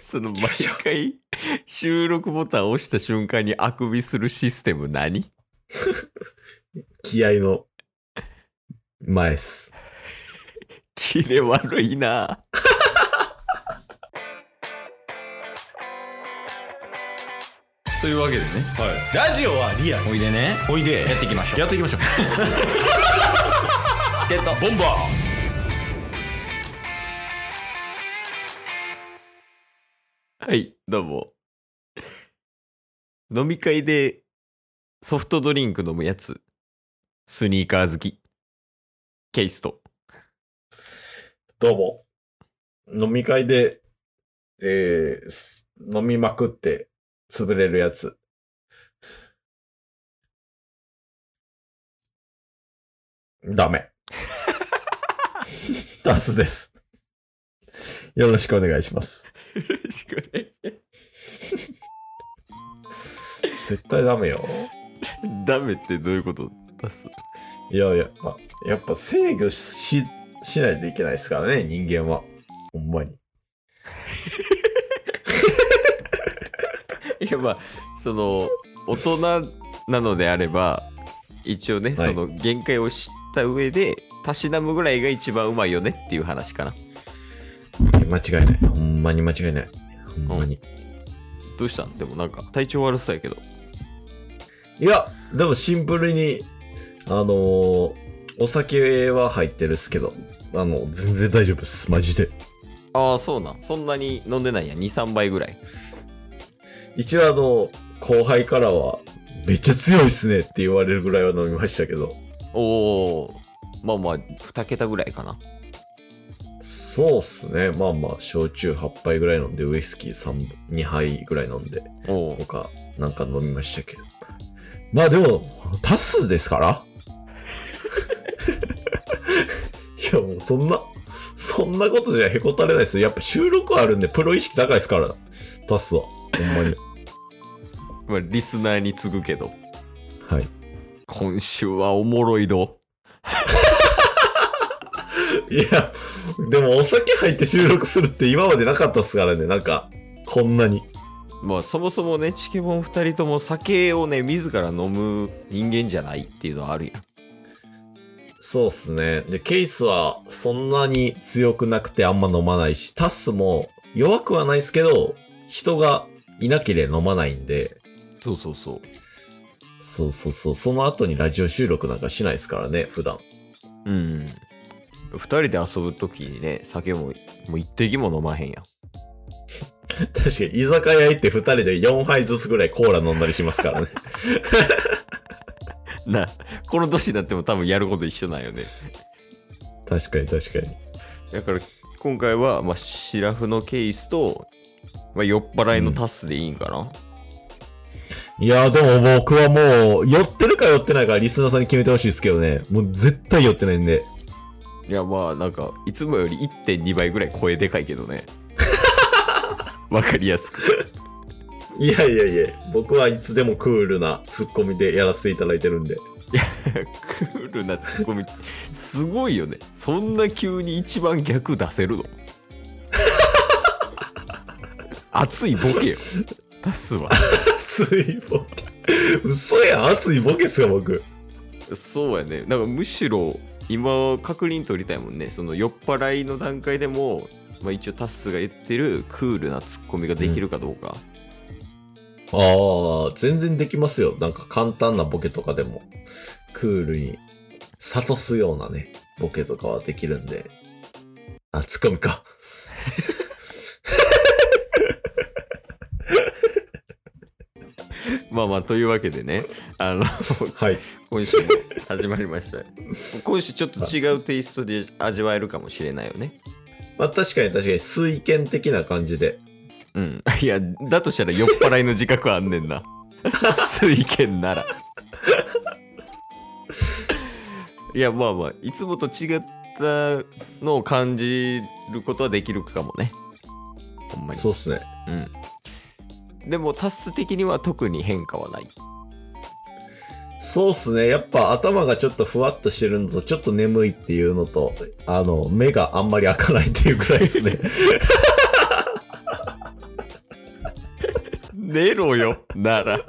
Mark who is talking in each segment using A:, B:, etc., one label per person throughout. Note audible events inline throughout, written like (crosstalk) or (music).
A: その毎回収録ボタン押した瞬間にあくびするシステム何
B: 気合の前っす。
A: キレ悪いな。というわけでね、
B: はい。ラジオはリア
A: おいでね、
B: おいで
A: やっていきましょう。
B: っていきましょう。
A: ってた。
B: ボンバ
A: はい、どうも。飲み会でソフトドリンク飲むやつ、スニーカー好き、ケイスト。
B: ーどうも。飲み会で、えーす飲みまくって潰れるやつ。ダメ。 (laughs) ダスです。よろしくお願いします。
A: よろしくね。
B: 絶対ダメよ。
A: ダメってどういうこと出す
B: いや、やっぱ、やっぱ制御し、しないといけないですからね、人間は。ほんまに。
A: いやまあその大人なのであれば一応ね、
B: はい
A: その限界を知った上でたしなむぐらいが一番うまいよねっていう話かな
B: 間違いない。ほんまに間違いない。ほんまに。
A: どうしたんでもなんか体調悪そうやけど
B: いや、でもシンプルに、あのーお酒は入ってるっすけど、あの、全然大丈夫っす。マジで。
A: ああそうなんそんなに飲んでないんや23倍ぐらい
B: 一応あの、後輩からは、めっちゃ強いっすねって言われるぐらいは飲みましたけど、
A: おおまあまあ2桁ぐらいかな
B: そうっすね。まあまあ、焼酎8杯ぐらい飲んで、ウイスキー3、2杯ぐらい飲んで、
A: おおー
B: 他なんか飲みましたけど。まあでも、多数ですから。 (laughs) いやもうそんな、そんなことじゃへこたれないですよ。やっぱ収録あるんでプロ意識高いですから、多数は。ほんまに。
A: まあ、リスナーに次ぐけど
B: はい。
A: 今週はおもろいど
B: (laughs) いや、でもお酒入って収録するって今までなかったっすからね、なんか、こんなに。
A: まあそもそもねチケボン2人とも酒をね自ら飲む人間じゃないっていうのはあるやん
B: そうっすね。で、ケースはそんなに強くなくてあんま飲まないし、タスも弱くはないですけど、人がいなければ飲まないんで、
A: そうそうそう
B: そうそうそう。その後にラジオ収録なんかしないですからね、普段。 (laughs)
A: うん。二人で遊ぶときにね、酒も、もう一滴も飲まへんやん。
B: 確かに、居酒屋行って二人で4杯ずつぐらいコーラ飲んだりしますからね。 (laughs)
A: な、この年になっても多分やること一緒なんよね。
B: 確かに確かに。
A: だから、今回は、まあ、シラフのケースと、まあ、酔っ払いのタスでいいんかな、
B: いやーでも僕はもう、酔ってるか酔ってないかリスナーさんに決めてほしいですけどね。もう絶対酔ってないんで。
A: いや、まあ、なんか、いつもより1.2倍ぐらい声でかいけど (laughs) ね。わかりやすく。
B: いやいやいや、僕はいつでもクールなツッコミでやらせていただいてるんで。
A: クールなツッコミ。すごいよね。そんな急に一番逆出せる (laughs) の熱いボケよ。タスは。
B: 熱いボケ。嘘やん、熱いボケっすよ、僕。
A: そうやね。なんかむしろ今確認取りたいもんね。その酔っ払いの段階でも、まあ、一応タッスが言ってるクールなツッコミができるかどうか。
B: ああ、全然できますよ。なんか簡単なボケとかでも、クールに、諭すようなね、ボケとかはできるんで。あ、ツッコミか。
A: まあまあというわけでね、あの
B: はい。
A: (laughs) 今週も始まりましたよ。 (laughs) 今週ちょっと違うテイストで味わえるかもしれないよね。
B: まあ確かに確かに、水拳的な感じで。
A: うん。いや、だとしたら酔っ払いの自覚あんねん
B: (laughs)
A: な。水拳なら。いや、まあまあ、いつもと違ったのを感じることはできるかもね。ほんまに。
B: そうっすね。
A: うん。でも、タス的には特に変化はない。
B: そうっすね。やっぱ頭がちょっとふわっとしてるのと、ちょっと眠いっていうのと、あの、目があんまり開かないっていうくらいですね。
A: 寝ろよ、な
B: (laughs)
A: ら。
B: (laughs) い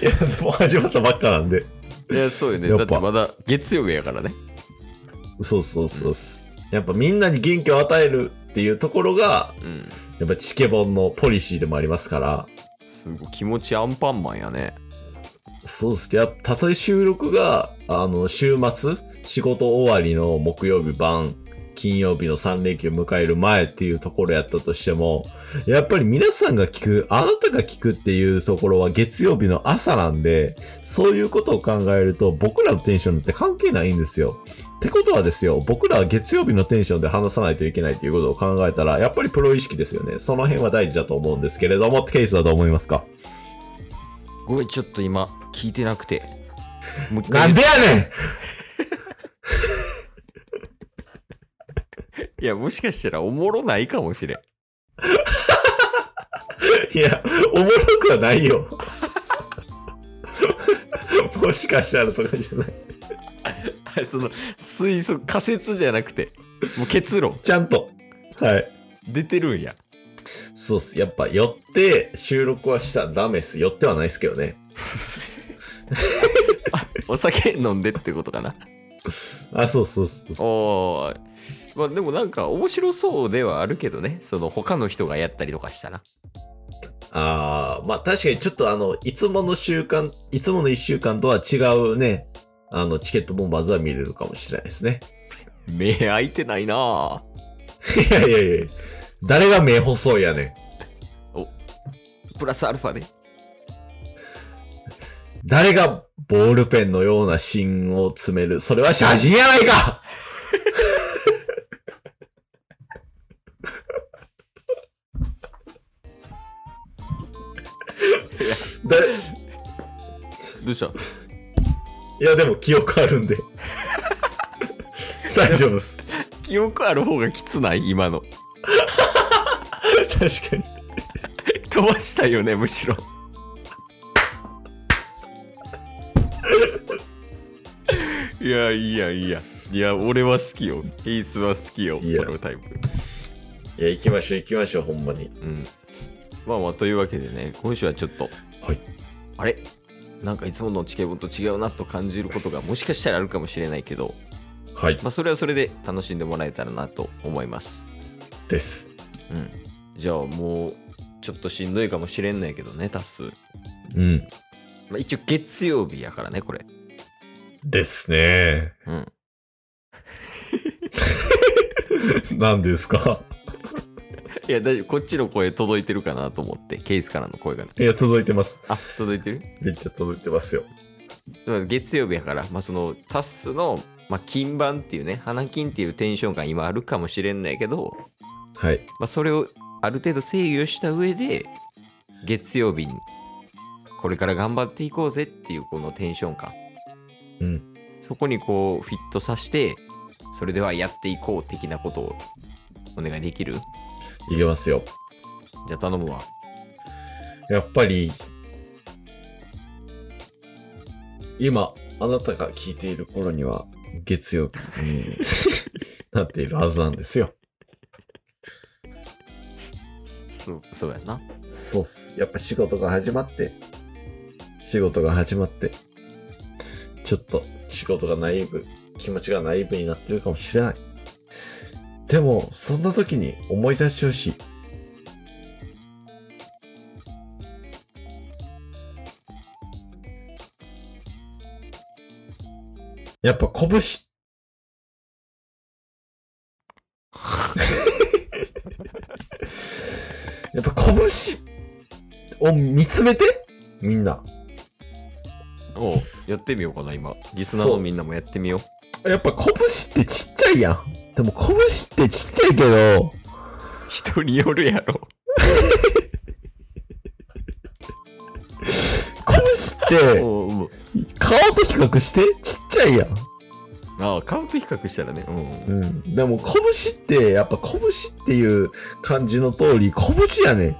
B: や、でも始まったばっかなんで。
A: いや、そうよね。
B: やっ
A: だ
B: ぱ
A: ってまだ月曜日やからね。
B: そうそうそうっす。やっぱみんなに元気を与えるっていうところが、
A: うん。
B: やっぱチケボンのポリシーでもありますから、
A: すごい気持ちアンパンマンやね。
B: そうっすね。やっぱたとえ収録が、あの、週末、仕事終わりの木曜日晩、金曜日の3連休を迎える前っていうところやったとしても、やっぱり皆さんが聞く、あなたが聞くっていうところは月曜日の朝なんで、そういうことを考えると僕らのテンションって関係ないんですよ。ってことはですよ、僕らは月曜日のテンションで話さないといけないということを考えたら、やっぱりプロ意識ですよね。その辺は大事だと思うんですけれども、ケイスはどう思いますか
A: ごめん、ちょっと今、聞いてなくて。もう一
B: なんでやねん
A: いや、もしかしたらおもろないかもしれん。
B: いや、おもろくはないよ。もしかしたらとかじゃない。
A: はい (laughs) その、推測、仮説じゃなくて、もう結論、
B: ちゃんと。はい。
A: 出てるんや。
B: そうっす。やっぱ、寄って収録はしたらダメっす。寄ってはないっすけどね。
A: お酒飲んでってことかな。 (laughs)
B: あ、そうそうそうそう。
A: おー。まあでもなんか面白そうではあるけどね。その他の人がやったりとかしたら。
B: あー、まあ確かにちょっとあの、いつもの週間、いつもの一週間とは違うね、あの、チケットボンバーズは見れるかもしれないですね。
A: 目開いてないなぁ。
B: いやいやいや誰が目細いやねん。
A: プラスアルファで。
B: 誰がボールペンのような芯を詰めるそれは写真やないか (laughs) だい
A: どうした
B: やでも記憶あるんで大丈夫です
A: 記憶ある方がきつない今の。
B: 確かに
A: 飛ばしたよね、むしろ。いや、いいや、いいや。いや、俺は好きよ。エースは好きよ。こ
B: いや
A: のタイプ。
B: いや行きましょう行きましょうほんまに
A: うん。まあまあ、というわけでね、今週はちょっと、
B: はい
A: あれなんかいつものチケボンと違うなと感じることがもしかしたらあるかもしれないけど、
B: はい
A: まあ、それはそれで楽しんでもらえたらなと思います。
B: です
A: うん。じゃあもう、ちょっとしんどいかもしれんのやけどね、タス。
B: うん
A: まあ、一応月曜日やからね、これ。
B: ですね
A: うん。
B: 何ですか
A: いや、大丈夫。こっちの声届いてるかなと思って、ケースからの声がね。
B: いや届いてます
A: あ、届いてる
B: めっちゃ届いてますよ
A: だから月曜日やから、まあ、そのタスの、まあ、金版っていうね、花金っていうテンションが今あるかもしれんないけど、
B: はい
A: まあ、それをある程度制御した上で、月曜日に、これから頑張っていこうぜっていうこのテンション感。
B: うん
A: そこにこう、フィットさせて、それではやっていこう的なことをお願いできる
B: いけますよ。
A: じゃあ頼むわ。
B: やっぱり、今、あなたが聞いている頃には、月曜日になっているはずなんですよ。
A: そう、そうやな。
B: そうっす。やっぱ仕事が始まって、仕事が始まって、ちょっと仕事がナイーブ、気持ちがナイーブになってるかもしれない。でも、そんな時に思い出してほしい。やっぱ拳。やっぱ拳を見つめて、みんな。
A: おうやってみようかな、今。リスナーのみんなもやってみよう。 (laughs)
B: やっぱ拳ってちっちゃいやん。でも拳ってちっちゃいけど、
A: 人によるやろ。
B: 拳っ
A: おううん
B: て顔と比較してちっちゃいやん。
A: ああ、顔と比較したらね。うんうん。
B: うん。でも拳ってやっぱ拳っていう漢字の通り拳やねん。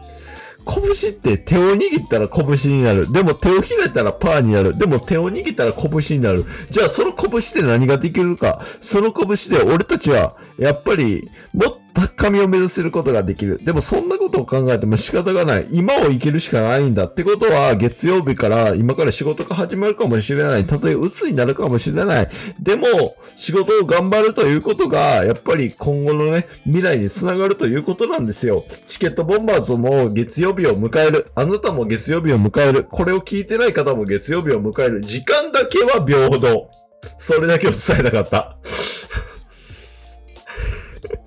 B: 拳って手を握ったら拳になる。でも手を開いたらパーになる。でも手を握ったら拳になる。じゃあその拳で何ができるか。その拳で俺たちはやっぱりもっ高みを目指することができる。でもそんなことを考えても仕方がない。今を生きるしかないんだ。ってことは、月曜日から今から仕事が始まるかもしれない。たとえ鬱になるかもしれない。でも、仕事を頑張るということが、やっぱり今後のね、未来につながるということなんですよ。チケットボンバーズも月曜日を迎える。あなたも月曜日を迎える。これを聞いてない方も月曜日を迎える。時間だけは平等。それだけを伝えたかった。